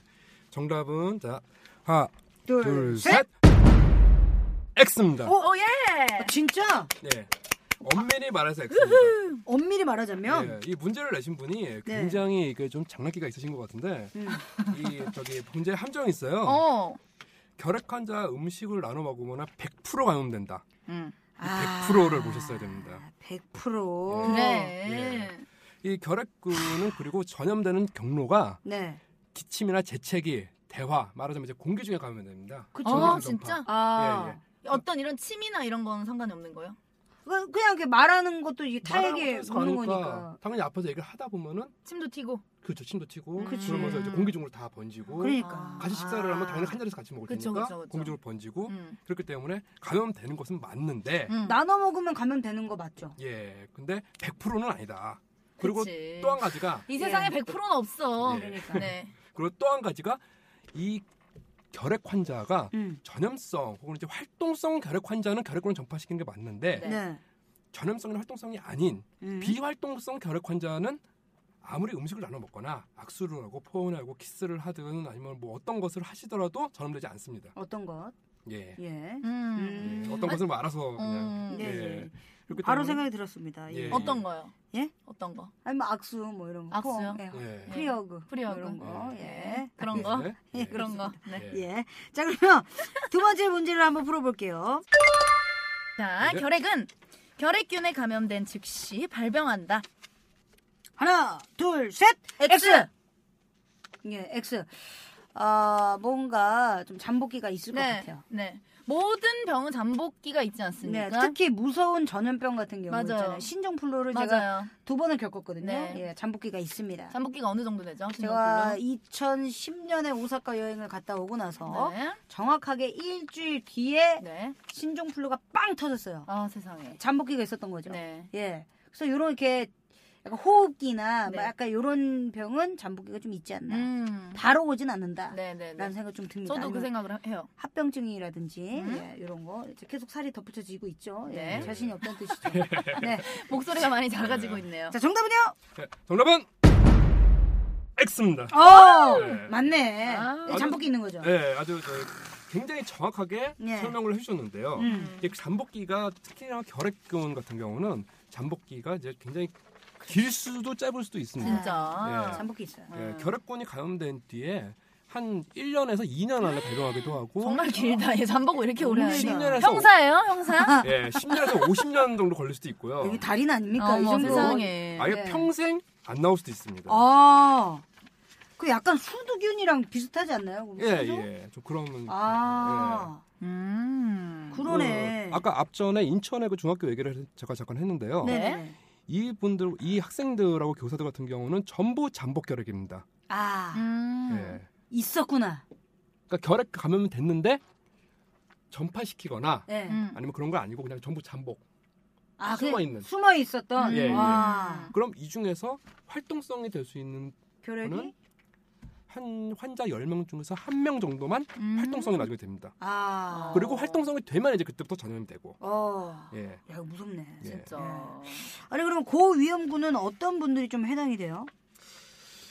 [SPEAKER 4] 정답은 자, 하나,
[SPEAKER 2] 둘,
[SPEAKER 4] 둘,
[SPEAKER 2] 셋.
[SPEAKER 4] 셋. X입니다.
[SPEAKER 2] 오!
[SPEAKER 3] 오 예.
[SPEAKER 2] 아, 진짜
[SPEAKER 4] 예. 엄밀히 말해서 X입니다.
[SPEAKER 2] 엄밀히 말하자면
[SPEAKER 4] 예, 이 문제를 내신 분이 굉장히 이게 좀 장난기가 있으신 것 같은데
[SPEAKER 2] 음.
[SPEAKER 4] 이 저기 문제 함정이 있어요.
[SPEAKER 3] 어.
[SPEAKER 4] 결핵 환자 음식을 나눠 먹으면 100% 감염된다.
[SPEAKER 3] 음.
[SPEAKER 2] 아,
[SPEAKER 4] 100%를 네. 보셨어야 됩니다.
[SPEAKER 2] 100%
[SPEAKER 4] 어,
[SPEAKER 3] 그래.
[SPEAKER 4] 예. 이 결핵균은 그리고 전염되는 경로가
[SPEAKER 2] 네.
[SPEAKER 4] 기침이나 재채기, 대화, 말하자면 이제 공기 중에 감염됩니다.
[SPEAKER 2] 그쵸.
[SPEAKER 3] 아
[SPEAKER 4] 전기전파.
[SPEAKER 3] 진짜?
[SPEAKER 2] 아.
[SPEAKER 4] 예, 예.
[SPEAKER 3] 어떤 이런 침이나 이런 건 상관이 없는 거예요?
[SPEAKER 2] 그- 그냥 이렇게 말하는 것도 이게 타액에
[SPEAKER 4] 말하고
[SPEAKER 2] 오는
[SPEAKER 4] 하니까
[SPEAKER 2] 거니까.
[SPEAKER 4] 당연히 앞에서 얘기를 하다 보면은
[SPEAKER 3] 침도 튀고.
[SPEAKER 4] 그렇죠 침도
[SPEAKER 2] 음.
[SPEAKER 4] 튀고
[SPEAKER 3] 그치.
[SPEAKER 4] 그러면서 이제 공기 중으로 다 번지고
[SPEAKER 2] 그러니까.
[SPEAKER 4] 같이 뭐, 식사를 하면 당연히 한 자리에서 같이 먹을
[SPEAKER 3] 그쵸,
[SPEAKER 4] 테니까
[SPEAKER 3] 그쵸, 그쵸.
[SPEAKER 4] 공기 중으로 번지고
[SPEAKER 3] 음.
[SPEAKER 4] 그렇기 때문에 감염되는 것은 맞는데
[SPEAKER 3] 음.
[SPEAKER 2] 나눠 먹으면 감염되는 거 맞죠?
[SPEAKER 4] 예 근데 100%는 아니다. 그리고
[SPEAKER 3] 그치.
[SPEAKER 4] 또 한 가지가
[SPEAKER 3] 이 세상에
[SPEAKER 2] 예.
[SPEAKER 3] 100%는 없어.
[SPEAKER 4] 예.
[SPEAKER 2] 그러니까.
[SPEAKER 3] 네.
[SPEAKER 4] 그리고 또 한 가지가 이 결핵 환자가
[SPEAKER 2] 음.
[SPEAKER 4] 전염성 혹은 이제 활동성 결핵 환자는 결핵균을 전파시키는 게 맞는데
[SPEAKER 3] 네.
[SPEAKER 2] 네.
[SPEAKER 4] 전염성이나 활동성이 아닌
[SPEAKER 2] 음.
[SPEAKER 4] 비활동성 결핵 환자는 아무리 음식을 나눠 먹거나 악수를 하고 포옹하고 키스를 하든 아니면 뭐 어떤 것을 하시더라도 전염되지 않습니다.
[SPEAKER 2] 어떤 것?
[SPEAKER 4] 예.
[SPEAKER 2] 예.
[SPEAKER 3] 음.
[SPEAKER 4] 예.
[SPEAKER 2] 음.
[SPEAKER 4] 어떤 것은 뭐 알아서 그냥
[SPEAKER 3] 음. 네.
[SPEAKER 2] 예, 예.
[SPEAKER 4] 예. 그렇기
[SPEAKER 2] 바로
[SPEAKER 4] 때문에-
[SPEAKER 2] 생각이 들었습니다. 예.
[SPEAKER 4] 예.
[SPEAKER 3] 어떤 거요?
[SPEAKER 2] 예?
[SPEAKER 3] 어떤 거?
[SPEAKER 2] 아니 뭐 악수 뭐 이런 거.
[SPEAKER 3] 악수요?
[SPEAKER 2] 포옹, 예.
[SPEAKER 4] 예.
[SPEAKER 2] 프리어그.
[SPEAKER 3] 프리어그.
[SPEAKER 2] 뭐 이런 거.
[SPEAKER 3] 음.
[SPEAKER 4] 음.
[SPEAKER 2] 예.
[SPEAKER 3] 네. 그런 거?
[SPEAKER 4] 예.
[SPEAKER 2] 예,
[SPEAKER 3] 그런 거. 네.
[SPEAKER 4] 예.
[SPEAKER 2] 예. 자 그러면 두 번째 문제를 한번 풀어볼게요.
[SPEAKER 3] 자,
[SPEAKER 4] 네.
[SPEAKER 3] 결핵은 결핵균에 감염된 즉시 발병한다.
[SPEAKER 2] 하나, 둘, 셋.
[SPEAKER 3] X.
[SPEAKER 2] 예, X. 아 뭔가 좀 잠복기가 있을 것 같아요.
[SPEAKER 3] 네. 모든 병은 잠복기가 있지 않습니까?
[SPEAKER 2] 네, 특히 무서운 전염병 같은 경우
[SPEAKER 3] 맞아요.
[SPEAKER 2] 있잖아요. 신종플루를 제가
[SPEAKER 3] 맞아요.
[SPEAKER 2] 두 번을 겪었거든요.
[SPEAKER 3] 네.
[SPEAKER 2] 예, 잠복기가 있습니다.
[SPEAKER 3] 잠복기가 어느 정도 되죠?
[SPEAKER 2] 제가 2010년에 오사카 여행을 갔다 오고 나서
[SPEAKER 3] 네.
[SPEAKER 2] 정확하게 일주일 뒤에
[SPEAKER 3] 네.
[SPEAKER 2] 신종플루가 빵 터졌어요.
[SPEAKER 3] 아, 세상에.
[SPEAKER 2] 잠복기가 있었던 거죠.
[SPEAKER 3] 네.
[SPEAKER 2] 예. 그래서 요런 이렇게 약간 호흡기나
[SPEAKER 3] 네.
[SPEAKER 2] 막 약간 요런 병은 잠복기가 좀 있지 않나.
[SPEAKER 3] 음.
[SPEAKER 2] 바로 오진 않는다.
[SPEAKER 3] 네, 네, 네.
[SPEAKER 2] 라는 생각 좀 듭니다.
[SPEAKER 3] 저도 그
[SPEAKER 2] 아니면
[SPEAKER 3] 생각을 하- 해요.
[SPEAKER 2] 합병증이라든지
[SPEAKER 3] 음.
[SPEAKER 2] 예, 이런 거 이제 계속 살이 덧붙여지고 있죠. 예,
[SPEAKER 3] 네.
[SPEAKER 2] 자신이 없다는 뜻이죠. 네.
[SPEAKER 3] 목소리가 많이 작아지고 있네요.
[SPEAKER 2] 자 정답은요?
[SPEAKER 4] 예. 정답은 X입니다.
[SPEAKER 2] 어
[SPEAKER 4] 네.
[SPEAKER 2] 맞네.
[SPEAKER 3] 아.
[SPEAKER 2] 예, 잠복기 있는 거죠.
[SPEAKER 4] 네, 아주 저, 굉장히 정확하게
[SPEAKER 2] 네.
[SPEAKER 4] 설명을 해주셨는데요.
[SPEAKER 2] 음.
[SPEAKER 4] 이게 잠복기가 특히나 결핵균 같은 경우는 잠복기가 이제 굉장히 길 수도 짧을 수도 있습니다.
[SPEAKER 3] 진짜.
[SPEAKER 4] 네.
[SPEAKER 2] 잠복기 있어요.
[SPEAKER 4] 예, 결핵균이 감염된 뒤에 한 1년에서 2년 안에 발병하기도 하고
[SPEAKER 3] 정말 길다. 얘 잠보고 이렇게 오래
[SPEAKER 2] 오늘 아,
[SPEAKER 3] 하네.
[SPEAKER 2] 길다.
[SPEAKER 4] 10년에서
[SPEAKER 3] 형사예요, 형사?
[SPEAKER 4] 예, 10년에서 50년 정도 걸릴 수도 있고요.
[SPEAKER 2] 여기 달인 아닙니까?
[SPEAKER 3] 어머,
[SPEAKER 2] 그러니까 이 정도.
[SPEAKER 3] 세상에.
[SPEAKER 4] 아예
[SPEAKER 2] 네.
[SPEAKER 4] 평생 안 나올 수도 있습니다.
[SPEAKER 2] 아, 그 약간 수두균이랑 비슷하지 않나요? 그럼
[SPEAKER 4] 예,
[SPEAKER 2] 수두?
[SPEAKER 4] 예. 좀 그런 예.
[SPEAKER 2] 아,
[SPEAKER 3] 음.
[SPEAKER 2] 그러네.
[SPEAKER 4] 그, 아까 앞전에 인천의 그 중학교 얘기를 해- 제가 잠깐 했는데요.
[SPEAKER 2] 네.
[SPEAKER 4] 이분들 이 학생들하고 교사들 같은 경우는 전부 잠복 결핵입니다.
[SPEAKER 2] 아,
[SPEAKER 3] 음.
[SPEAKER 4] 예.
[SPEAKER 2] 있었구나.
[SPEAKER 4] 그러니까 결핵 감염이 됐는데 전파시키거나
[SPEAKER 2] 예.
[SPEAKER 3] 음.
[SPEAKER 4] 아니면 그런 거 아니고 그냥 전부 잠복.
[SPEAKER 2] 아,
[SPEAKER 4] 숨어
[SPEAKER 2] 그-
[SPEAKER 4] 있는.
[SPEAKER 2] 숨어 있었던.
[SPEAKER 3] 음.
[SPEAKER 2] 아,
[SPEAKER 4] 예, 예.
[SPEAKER 2] 와,
[SPEAKER 4] 그럼 이 중에서 활동성이 될 수 있는
[SPEAKER 2] 결핵이?
[SPEAKER 4] 저는? 한 환자 10명 중에서 한 명 정도만
[SPEAKER 3] 음.
[SPEAKER 4] 활동성이 나중에 됩니다.
[SPEAKER 2] 아,
[SPEAKER 4] 그리고 활동성이 되면 이제 그때부터 전염이 되고.
[SPEAKER 2] 어,
[SPEAKER 4] 예.
[SPEAKER 2] 야, 이거 무섭네.
[SPEAKER 4] 예.
[SPEAKER 3] 진짜.
[SPEAKER 2] 아니 그럼 고위험군은 어떤 분들이 좀 해당이 돼요?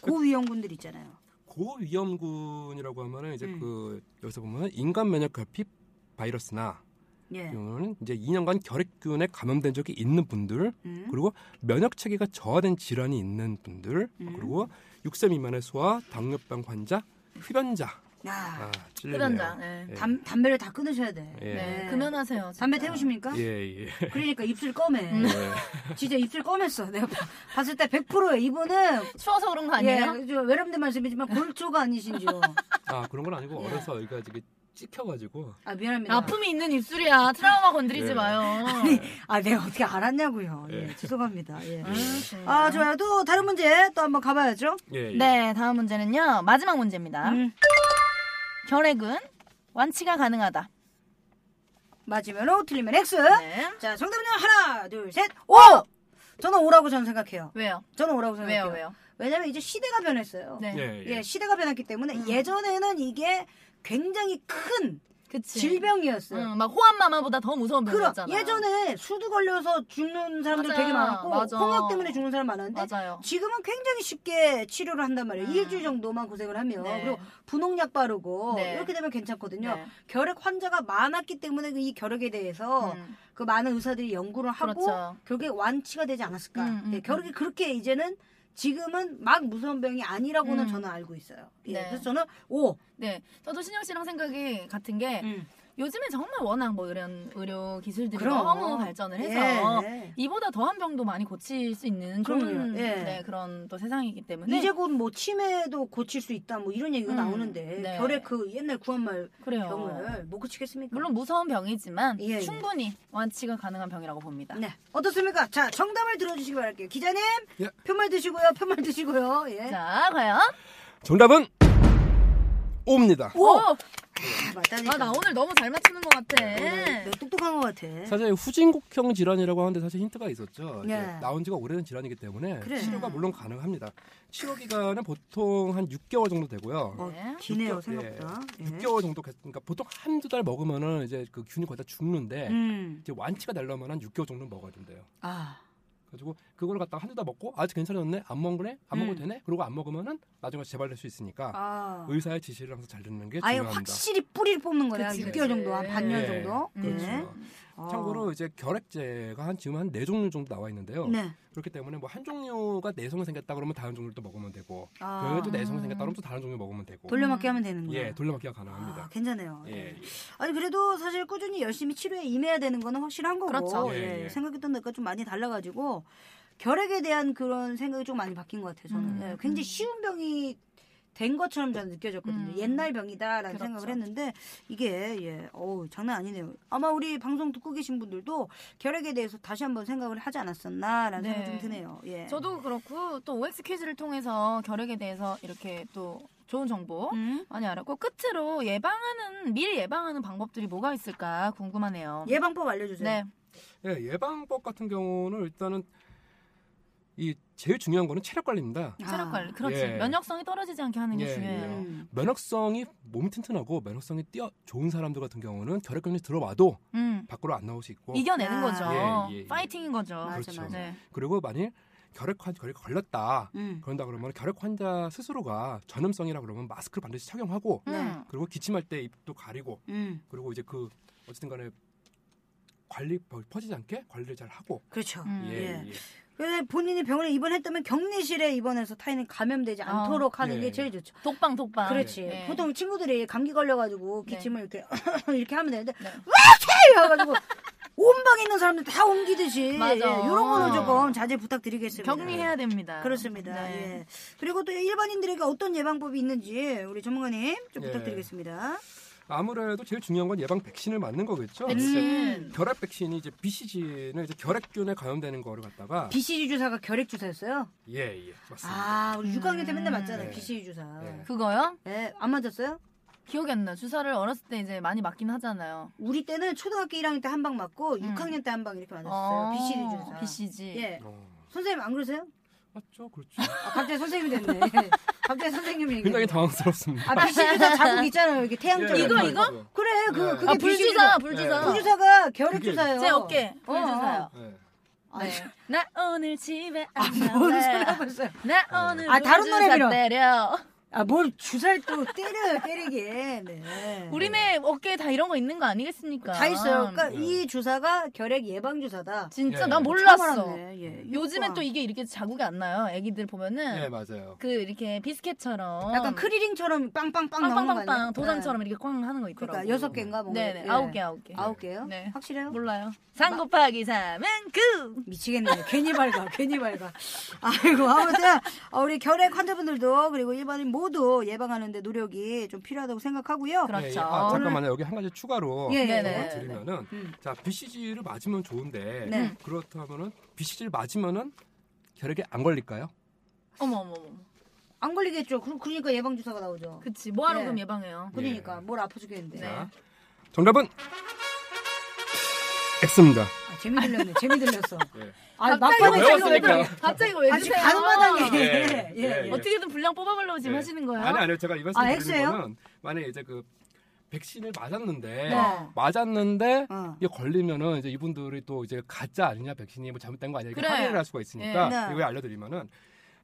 [SPEAKER 4] 그
[SPEAKER 2] 고위험군들 있잖아요.
[SPEAKER 4] 고위험군이라고 하면은 이제
[SPEAKER 2] 음.
[SPEAKER 4] 그 여기서 보면은 인간 면역 결핍 바이러스나
[SPEAKER 2] 예.
[SPEAKER 4] 이거는 이제 2년간 결핵균에 감염된 적이 있는 분들
[SPEAKER 2] 음.
[SPEAKER 4] 그리고 면역 체계가 저하된 질환이 있는 분들
[SPEAKER 2] 음.
[SPEAKER 4] 그리고 6세 미만의 소아 당뇨병 환자 흡연자
[SPEAKER 2] 야,
[SPEAKER 4] 아 찔리네요.
[SPEAKER 3] 흡연자. 네.
[SPEAKER 4] 예.
[SPEAKER 2] 담, 담배를 다 끊으셔야 돼.
[SPEAKER 4] 예.
[SPEAKER 3] 네. 금연하세요. 진짜.
[SPEAKER 2] 담배 태우십니까?
[SPEAKER 4] 예, 예.
[SPEAKER 2] 그러니까 입술 껌해.
[SPEAKER 3] 음.
[SPEAKER 2] 진짜 입술 껌했어. 내가 봐- 봤을 때 100%야. 이분은
[SPEAKER 3] 추워서 그런 거 아니에요?
[SPEAKER 2] 예, 저 외람된 말씀이지만 골조가 아니신지요.
[SPEAKER 4] 아 그런 건 아니고 어려서 여기가 이게 찍혀가지고
[SPEAKER 2] 아 미안합니다.
[SPEAKER 3] 아픔이 있는 입술이야. 트라우마 건드리지
[SPEAKER 4] 예.
[SPEAKER 3] 마요.
[SPEAKER 2] 아 내가 어떻게 알았냐고요. 예,
[SPEAKER 4] 예.
[SPEAKER 2] 죄송합니다. 예.
[SPEAKER 3] 음.
[SPEAKER 2] 아 좋아요. 또 다른 문제 또 한번 가봐야죠.
[SPEAKER 4] 예, 예.
[SPEAKER 3] 네, 다음 문제는요. 마지막 문제입니다.
[SPEAKER 2] 음,
[SPEAKER 3] 결핵은 완치가 가능하다.
[SPEAKER 2] 맞으면 O, 틀리면 X.
[SPEAKER 3] 네.
[SPEAKER 2] 자 정답은요 하나 둘 셋 오. 저는 오라고 저는 생각해요.
[SPEAKER 3] 왜요?
[SPEAKER 2] 저는 네, 오라고
[SPEAKER 3] 왜요?
[SPEAKER 2] 생각해요.
[SPEAKER 3] 왜요?
[SPEAKER 2] 왜냐면 이제 시대가 변했어요.
[SPEAKER 3] 네. 음.
[SPEAKER 4] 예, 예.
[SPEAKER 2] 예, 시대가 변했기 때문에 예전에는 이게 굉장히 큰
[SPEAKER 3] 그치.
[SPEAKER 2] 질병이었어요.
[SPEAKER 3] 응, 음, 막 호환 마마보다 더 무서운
[SPEAKER 2] 그럼
[SPEAKER 3] 뭐 병이었잖아요.
[SPEAKER 2] 예전에 수두 걸려서 죽는 사람들
[SPEAKER 3] 맞아,
[SPEAKER 2] 되게 많았고
[SPEAKER 3] 맞아.
[SPEAKER 2] 홍역 때문에 죽는 사람 많았는데
[SPEAKER 3] 맞아요.
[SPEAKER 2] 지금은 굉장히 쉽게 치료를 한단 말이에요.
[SPEAKER 3] 음.
[SPEAKER 2] 일주일 정도만 고생을 하면
[SPEAKER 3] 네.
[SPEAKER 2] 그리고 분홍약 바르고
[SPEAKER 3] 네.
[SPEAKER 2] 이렇게 되면 괜찮거든요.
[SPEAKER 3] 네.
[SPEAKER 2] 결핵 환자가 많았기 때문에 그이 결핵에 대해서
[SPEAKER 3] 음.
[SPEAKER 2] 그 많은 의사들이 연구를 하고
[SPEAKER 3] 그렇죠.
[SPEAKER 2] 결국에 완치가 되지 않았을까.
[SPEAKER 3] 음, 음,
[SPEAKER 2] 예, 결핵이 그렇게 이제는 지금은 막 무서운 병이 아니라고는
[SPEAKER 3] 음.
[SPEAKER 2] 저는 알고 있어요. 예,
[SPEAKER 3] 네.
[SPEAKER 2] 그래서 저는 오.
[SPEAKER 3] 네, 저도 신영 씨랑 생각이 같은 게 요즘에 정말 워낙 뭐 이런 의료 네. 기술들이
[SPEAKER 2] 음. 그럼.
[SPEAKER 3] 너무 발전을 해서
[SPEAKER 2] 예.
[SPEAKER 3] 이보다 더한 병도 많이 고칠 수 있는 좋은
[SPEAKER 2] 그럼요. 예.
[SPEAKER 3] 네, 그런 또 세상이기 때문에
[SPEAKER 2] 이제 곧 뭐 치매도 고칠 수 있다 뭐 이런 얘기가
[SPEAKER 3] 네. 음,
[SPEAKER 2] 나오는데
[SPEAKER 3] 네.
[SPEAKER 2] 결핵 그 옛날 구한말
[SPEAKER 3] 그래요.
[SPEAKER 2] 병을 못 고치겠습니까?
[SPEAKER 3] 물론 무서운 병이지만
[SPEAKER 2] 예, 예.
[SPEAKER 3] 충분히 완치가 가능한 병이라고 봅니다.
[SPEAKER 2] 네 어떻습니까? 자 정답을 들어주시기 바랄게요. 기자님
[SPEAKER 4] 예.
[SPEAKER 2] 표말 드시고요. 표말 드시고요. 예.
[SPEAKER 3] 자, 과연
[SPEAKER 4] 정답은 O입니다.
[SPEAKER 3] 오,
[SPEAKER 2] 아, 맞다니까.
[SPEAKER 3] 아, 나 오늘 너무 잘 맞추는 것 같아.
[SPEAKER 2] 내가 똑똑한 것 같아.
[SPEAKER 4] 사실 후진국형 질환이라고 하는데 사실 힌트가 있었죠. 이제
[SPEAKER 2] 네.
[SPEAKER 4] 나온 지가 오래된 질환이기 때문에
[SPEAKER 2] 그래. 음.
[SPEAKER 4] 치료가 물론 가능합니다. 치료 기간은 보통 한 6개월 정도 되고요.
[SPEAKER 2] 어,
[SPEAKER 3] 네.
[SPEAKER 2] 기네요
[SPEAKER 4] 육개월,
[SPEAKER 2] 생각보다. 예.
[SPEAKER 4] 6개월 정도 개- 그러니까 보통 한두 달 먹으면은 이제 그 균이 거의 다 죽는데
[SPEAKER 2] 음.
[SPEAKER 4] 이제 완치가 되려면 한 6개월 정도 먹어야 된대요.
[SPEAKER 2] 아.
[SPEAKER 4] 가지고 그걸 갖다가 한두 달 먹고 아직 괜찮았네 안 먹네 안
[SPEAKER 2] 음.
[SPEAKER 4] 먹어도 되네 그러고 안 먹으면은 나중에 재발될 수 있으니까
[SPEAKER 2] 아.
[SPEAKER 4] 의사의 지시를 항상 잘 듣는 게
[SPEAKER 2] 아예
[SPEAKER 4] 중요합니다.
[SPEAKER 2] 확실히 뿌리를 뽑는 거네요.
[SPEAKER 3] 그치,
[SPEAKER 2] 6개월 정도, 한
[SPEAKER 3] 그치.
[SPEAKER 2] 반년
[SPEAKER 4] 예,
[SPEAKER 2] 정도.
[SPEAKER 4] 그렇죠.
[SPEAKER 2] 네. 어.
[SPEAKER 4] 참고로 이제 결핵제가 한 지금 한 네 종류 정도 나와 있는데요.
[SPEAKER 2] 네.
[SPEAKER 4] 그렇기 때문에 뭐 한 종류가 내성이 생겼다 그러면 다른 종류를 또 먹으면 되고
[SPEAKER 2] 아,
[SPEAKER 4] 그래도 네 내성이 생겼다 그러면 또 다른 종류 먹으면 되고
[SPEAKER 2] 돌려막기 하면 되는 거예요.
[SPEAKER 4] 예 돌려막기가
[SPEAKER 2] 아,
[SPEAKER 4] 가능합니다.
[SPEAKER 2] 괜찮아요.
[SPEAKER 4] 예, 예.
[SPEAKER 2] 아니 그래도 사실 꾸준히 열심히 치료에 임해야 되는 거는 확실한 거고
[SPEAKER 3] 그렇죠.
[SPEAKER 2] 예,
[SPEAKER 4] 예, 예.
[SPEAKER 2] 생각했던 것과 좀 많이 달라가지고 결핵에 대한 그런 생각이 좀 많이 바뀐 것 같아요. 저는
[SPEAKER 3] 음.
[SPEAKER 2] 예, 굉장히 쉬운 병이 된 것처럼 저는 느껴졌거든요.
[SPEAKER 3] 음.
[SPEAKER 2] 옛날 병이다라는
[SPEAKER 3] 그렇죠.
[SPEAKER 2] 생각을 했는데 이게 예, 어우 장난 아니네요. 아마 우리 방송 듣고 계신 분들도 결핵에 대해서 다시 한번 생각을 하지 않았었나라는
[SPEAKER 3] 네.
[SPEAKER 2] 생각이 좀 드네요. 예.
[SPEAKER 3] 저도 그렇고 또 OX 퀴즈를 통해서 결핵에 대해서 이렇게 또 좋은 정보
[SPEAKER 2] 음.
[SPEAKER 3] 많이 알았고 끝으로 예방하는 미리 예방하는 방법들이 뭐가 있을까 궁금하네요.
[SPEAKER 2] 예방법 알려주세요.
[SPEAKER 3] 네.
[SPEAKER 4] 예, 예방법 같은 경우는 일단은 이 제일 중요한 거는 체력 관리입니다.
[SPEAKER 2] 아.
[SPEAKER 3] 체력 관리. 그렇지.
[SPEAKER 4] 예.
[SPEAKER 3] 면역성이 떨어지지 않게 하는 게
[SPEAKER 4] 예,
[SPEAKER 3] 중요해요.
[SPEAKER 2] 음.
[SPEAKER 4] 면역성이 몸이 튼튼하고 면역성이 뛰어 좋은 사람들 같은 경우는 결핵균이 들어와도
[SPEAKER 3] 음.
[SPEAKER 4] 밖으로 안 나올 수 있고
[SPEAKER 3] 이겨내는
[SPEAKER 2] 아.
[SPEAKER 3] 거죠.
[SPEAKER 4] 뭐. 예, 예, 예.
[SPEAKER 3] 파이팅인 거죠.
[SPEAKER 2] 맞아,
[SPEAKER 4] 그렇죠.
[SPEAKER 2] 맞아.
[SPEAKER 3] 네.
[SPEAKER 4] 그리고 만일 결핵 환 결핵 걸렸다
[SPEAKER 2] 음.
[SPEAKER 4] 그런다 그러면 결핵 환자 스스로가 전염성이라 그러면 마스크를 반드시 착용하고
[SPEAKER 2] 네.
[SPEAKER 3] 음.
[SPEAKER 4] 그리고 기침할 때 입도 가리고
[SPEAKER 2] 음.
[SPEAKER 4] 그리고 이제 그 어쨌든 간에 관리 뭐 퍼- 퍼지지 않게 관리를 잘 하고
[SPEAKER 2] 그렇죠.
[SPEAKER 3] 음.
[SPEAKER 4] 예,
[SPEAKER 2] 예.
[SPEAKER 4] 예.
[SPEAKER 2] 그래서 본인이 병원에 입원했다면 격리실에 입원해서 타인은 감염되지
[SPEAKER 3] 아,
[SPEAKER 2] 않도록 하는
[SPEAKER 4] 예,
[SPEAKER 2] 게
[SPEAKER 4] 예.
[SPEAKER 2] 제일 좋죠.
[SPEAKER 3] 독방 독방.
[SPEAKER 2] 그렇지.
[SPEAKER 3] 예.
[SPEAKER 2] 보통 친구들이 감기 걸려가지고
[SPEAKER 3] 네.
[SPEAKER 2] 기침을 이렇게 이렇게 하면 되는데
[SPEAKER 3] 네.
[SPEAKER 2] 와케 해가지고 온 방에 있는 사람들 다 옮기듯이
[SPEAKER 3] 맞아.
[SPEAKER 2] 이런 거는
[SPEAKER 3] 어.
[SPEAKER 2] 조금 자제 부탁드리겠습니다.
[SPEAKER 3] 격리해야 됩니다.
[SPEAKER 2] 그렇습니다.
[SPEAKER 3] 네.
[SPEAKER 2] 예. 그리고 또 일반인들에게 어떤 예방법이 있는지 우리 전문가님 좀
[SPEAKER 4] 예.
[SPEAKER 2] 부탁드리겠습니다.
[SPEAKER 4] 아무래도 제일 중요한 건 예방 백신을 맞는 거겠죠.
[SPEAKER 2] 예.
[SPEAKER 4] 이제
[SPEAKER 3] 백신.
[SPEAKER 4] 결핵 백신이 이제 BCG는 이제 결핵균에 감염되는 거를 갖다가
[SPEAKER 2] BCG 주사가 결핵 주사였어요?
[SPEAKER 4] 예예 맞습니다.
[SPEAKER 2] 아, 우리 6학년 때
[SPEAKER 3] 음.
[SPEAKER 2] 맨날 맞잖아요.
[SPEAKER 4] 네.
[SPEAKER 2] BCG 주사.
[SPEAKER 4] 네.
[SPEAKER 3] 그거요?
[SPEAKER 2] 예, 안 맞았어요?
[SPEAKER 3] 기억이 안 나. 주사를 어렸을 때 이제 많이 맞긴 하잖아요.
[SPEAKER 2] 우리 때는 초등학교 1학년 때 한 방 맞고
[SPEAKER 3] 음.
[SPEAKER 2] 6학년 때 한 방 이렇게 맞았어요.
[SPEAKER 3] 어,
[SPEAKER 2] BCG 주사.
[SPEAKER 3] BCG.
[SPEAKER 2] 예.
[SPEAKER 4] 어,
[SPEAKER 2] 선생님 안 그러세요?
[SPEAKER 4] 맞죠, 그렇죠.
[SPEAKER 2] 아, 갑자기 선생님이 됐네. 갑자기 선생님이 얘기해.
[SPEAKER 4] 굉장히 당황스럽습니다.
[SPEAKER 2] 아, BCG 주사 자국 있잖아요. 이렇게 태양적.
[SPEAKER 4] 예,
[SPEAKER 3] 이거,
[SPEAKER 4] 맞아요,
[SPEAKER 3] 이거?
[SPEAKER 4] 맞아요.
[SPEAKER 2] 그래, 그
[SPEAKER 4] 네.
[SPEAKER 2] 그게
[SPEAKER 3] 아,
[SPEAKER 2] BCG
[SPEAKER 3] 불주사,
[SPEAKER 4] 네.
[SPEAKER 3] 불주사.
[SPEAKER 2] 불주사가 결핵
[SPEAKER 4] 그게
[SPEAKER 2] 주사예요.
[SPEAKER 3] 제 어깨.
[SPEAKER 2] 어,
[SPEAKER 3] 불주사요.
[SPEAKER 4] 네.
[SPEAKER 2] 아,
[SPEAKER 3] 네. 나 오늘 집에 안
[SPEAKER 2] 뭔 소리
[SPEAKER 3] 나와요.
[SPEAKER 2] 하고 있어요?
[SPEAKER 3] 나 오늘
[SPEAKER 2] 아, 다른
[SPEAKER 3] 불주사
[SPEAKER 2] 노래 빌어.
[SPEAKER 3] 때려.
[SPEAKER 2] 아, 뭘 주사를 또 때려요, 때리게. 네.
[SPEAKER 3] 우리네 어깨에 다 이런 거 있는 거 아니겠습니까?
[SPEAKER 2] 다 있어요. 그러니까
[SPEAKER 4] 네.
[SPEAKER 2] 이 주사가 결핵 예방 주사다.
[SPEAKER 3] 진짜
[SPEAKER 4] 예.
[SPEAKER 3] 난
[SPEAKER 2] 처음
[SPEAKER 3] 몰랐어.
[SPEAKER 2] 알았네. 예.
[SPEAKER 3] 요즘엔
[SPEAKER 2] 효과.
[SPEAKER 3] 또 이게 이렇게 자국이 안 나요. 애기들 보면은
[SPEAKER 4] 예, 맞아요.
[SPEAKER 3] 그 이렇게 비스켓처럼
[SPEAKER 2] 약간 크리링처럼 빵빵빵 나오는 거 아니에요?
[SPEAKER 3] 빵빵빵빵 도장처럼 이렇게 꽝 하는 거
[SPEAKER 2] 네. 그러니까
[SPEAKER 3] 있더라고. 요
[SPEAKER 2] 여섯 개인가 뭔가.
[SPEAKER 3] 네네
[SPEAKER 2] 예.
[SPEAKER 3] 아홉 개 아홉 개.
[SPEAKER 2] 아홉 개요?
[SPEAKER 3] 네.
[SPEAKER 2] 확실해요?
[SPEAKER 3] 몰라요. 3 곱하기 3은 그. 9.
[SPEAKER 2] 미치겠네. 괜히 밝아, 괜히 밝아. 아이고, 아무튼, 어, 우리 결핵 환자분들도, 그리고 일반인 모두 예방하는데 노력이 좀 필요하다고 생각하고요.
[SPEAKER 3] 그렇죠.
[SPEAKER 4] 예, 예. 아, 잠깐만요. 여기 한 가지 추가로
[SPEAKER 2] 예,
[SPEAKER 3] 네,
[SPEAKER 4] 더
[SPEAKER 3] 네.
[SPEAKER 4] 드리면은
[SPEAKER 2] 음.
[SPEAKER 4] 자 BCG를 맞으면 좋은데
[SPEAKER 2] 네.
[SPEAKER 4] 그렇다면은 BCG를 맞으면은 결핵에 안 걸릴까요?
[SPEAKER 3] 어머 어머 어머.
[SPEAKER 2] 안 걸리겠죠. 그러- 그러니까 예방주사가 나오죠.
[SPEAKER 3] 그치 뭐하러
[SPEAKER 2] 네.
[SPEAKER 3] 그럼 예방해요.
[SPEAKER 2] 그러니까,
[SPEAKER 4] 예.
[SPEAKER 2] 뭘 아파 죽겠는데.
[SPEAKER 3] 네.
[SPEAKER 4] 자, 정답은 X입니다.
[SPEAKER 2] 아, 재미 들렸네. 재미 들렸어.
[SPEAKER 4] 예.
[SPEAKER 2] 아,
[SPEAKER 3] 갑자기
[SPEAKER 2] 막판에
[SPEAKER 4] 왜
[SPEAKER 3] 이거 왜
[SPEAKER 2] 재미
[SPEAKER 4] 왔으니까.
[SPEAKER 2] 들렸어.
[SPEAKER 3] 그래요? 갑자기 왜
[SPEAKER 2] 아, 지금
[SPEAKER 3] 주세요?
[SPEAKER 2] 가는 마당에. 예,
[SPEAKER 4] 예,
[SPEAKER 2] 예.
[SPEAKER 4] 예, 예.
[SPEAKER 3] 어떻게든 분량 뽑아보려고 지금
[SPEAKER 4] 예.
[SPEAKER 3] 하시는 거예요?
[SPEAKER 4] 아니 아니요 제가 이 말씀
[SPEAKER 2] 아,
[SPEAKER 4] 드리는
[SPEAKER 2] X예요?
[SPEAKER 4] 거는 만약에 이제 그 백신을 맞았는데
[SPEAKER 2] 네.
[SPEAKER 4] 맞았는데
[SPEAKER 2] 어.
[SPEAKER 4] 이게 걸리면은 이제 이분들이 또 이제 가짜 아니냐 백신이 뭐 잘못된 거 아니냐 이렇게
[SPEAKER 3] 그래.
[SPEAKER 4] 항의를 할 수가 있으니까
[SPEAKER 2] 예. 네.
[SPEAKER 4] 이걸 알려드리면은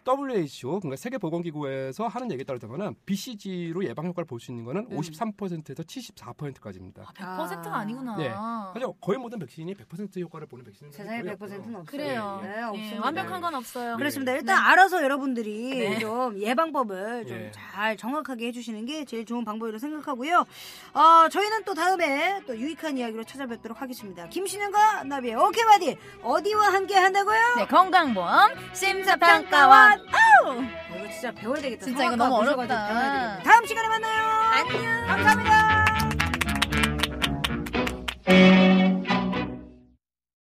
[SPEAKER 4] WHO 그러니까 세계보건기구에서 하는 얘기에 따르자면은 BCG로 예방 효과를 볼 수 있는 거는
[SPEAKER 2] 음.
[SPEAKER 4] 53%에서 74%까지입니다.
[SPEAKER 3] 100%가 아, 아니구나.
[SPEAKER 4] 예. 사실 거의 모든 백신이 100% 효과를 보는 백신은
[SPEAKER 2] 세상에
[SPEAKER 4] 거의
[SPEAKER 2] 100%는
[SPEAKER 4] 없어요.
[SPEAKER 2] 없어요.
[SPEAKER 3] 그래요.
[SPEAKER 4] 예,
[SPEAKER 2] 네,
[SPEAKER 4] 예.
[SPEAKER 2] 없습니다.
[SPEAKER 3] 예, 완벽한 건 없어요.
[SPEAKER 2] 그렇습니다.
[SPEAKER 3] 네.
[SPEAKER 2] 일단 알아서 여러분들이
[SPEAKER 3] 네.
[SPEAKER 2] 좀 예방법을
[SPEAKER 4] 예.
[SPEAKER 2] 좀 잘 정확하게 해주시는 게 제일 좋은 방법이라고 생각하고요. 어, 저희는 또 다음에 또 유익한 이야기로 찾아뵙도록 하겠습니다. 김신영과 나비의 오케바디 어디와 함께 한다고요?
[SPEAKER 3] 네, 건강보험 심사평가원. 아우!
[SPEAKER 2] 이거 진짜 배워야 되겠다.
[SPEAKER 3] 진짜 이거
[SPEAKER 2] 성악가
[SPEAKER 3] 너무
[SPEAKER 2] 모셔가지고
[SPEAKER 3] 어렵다.
[SPEAKER 2] 배워야 되겠다. 다음 시간에 만나요.
[SPEAKER 3] 안녕.
[SPEAKER 2] 감사합니다.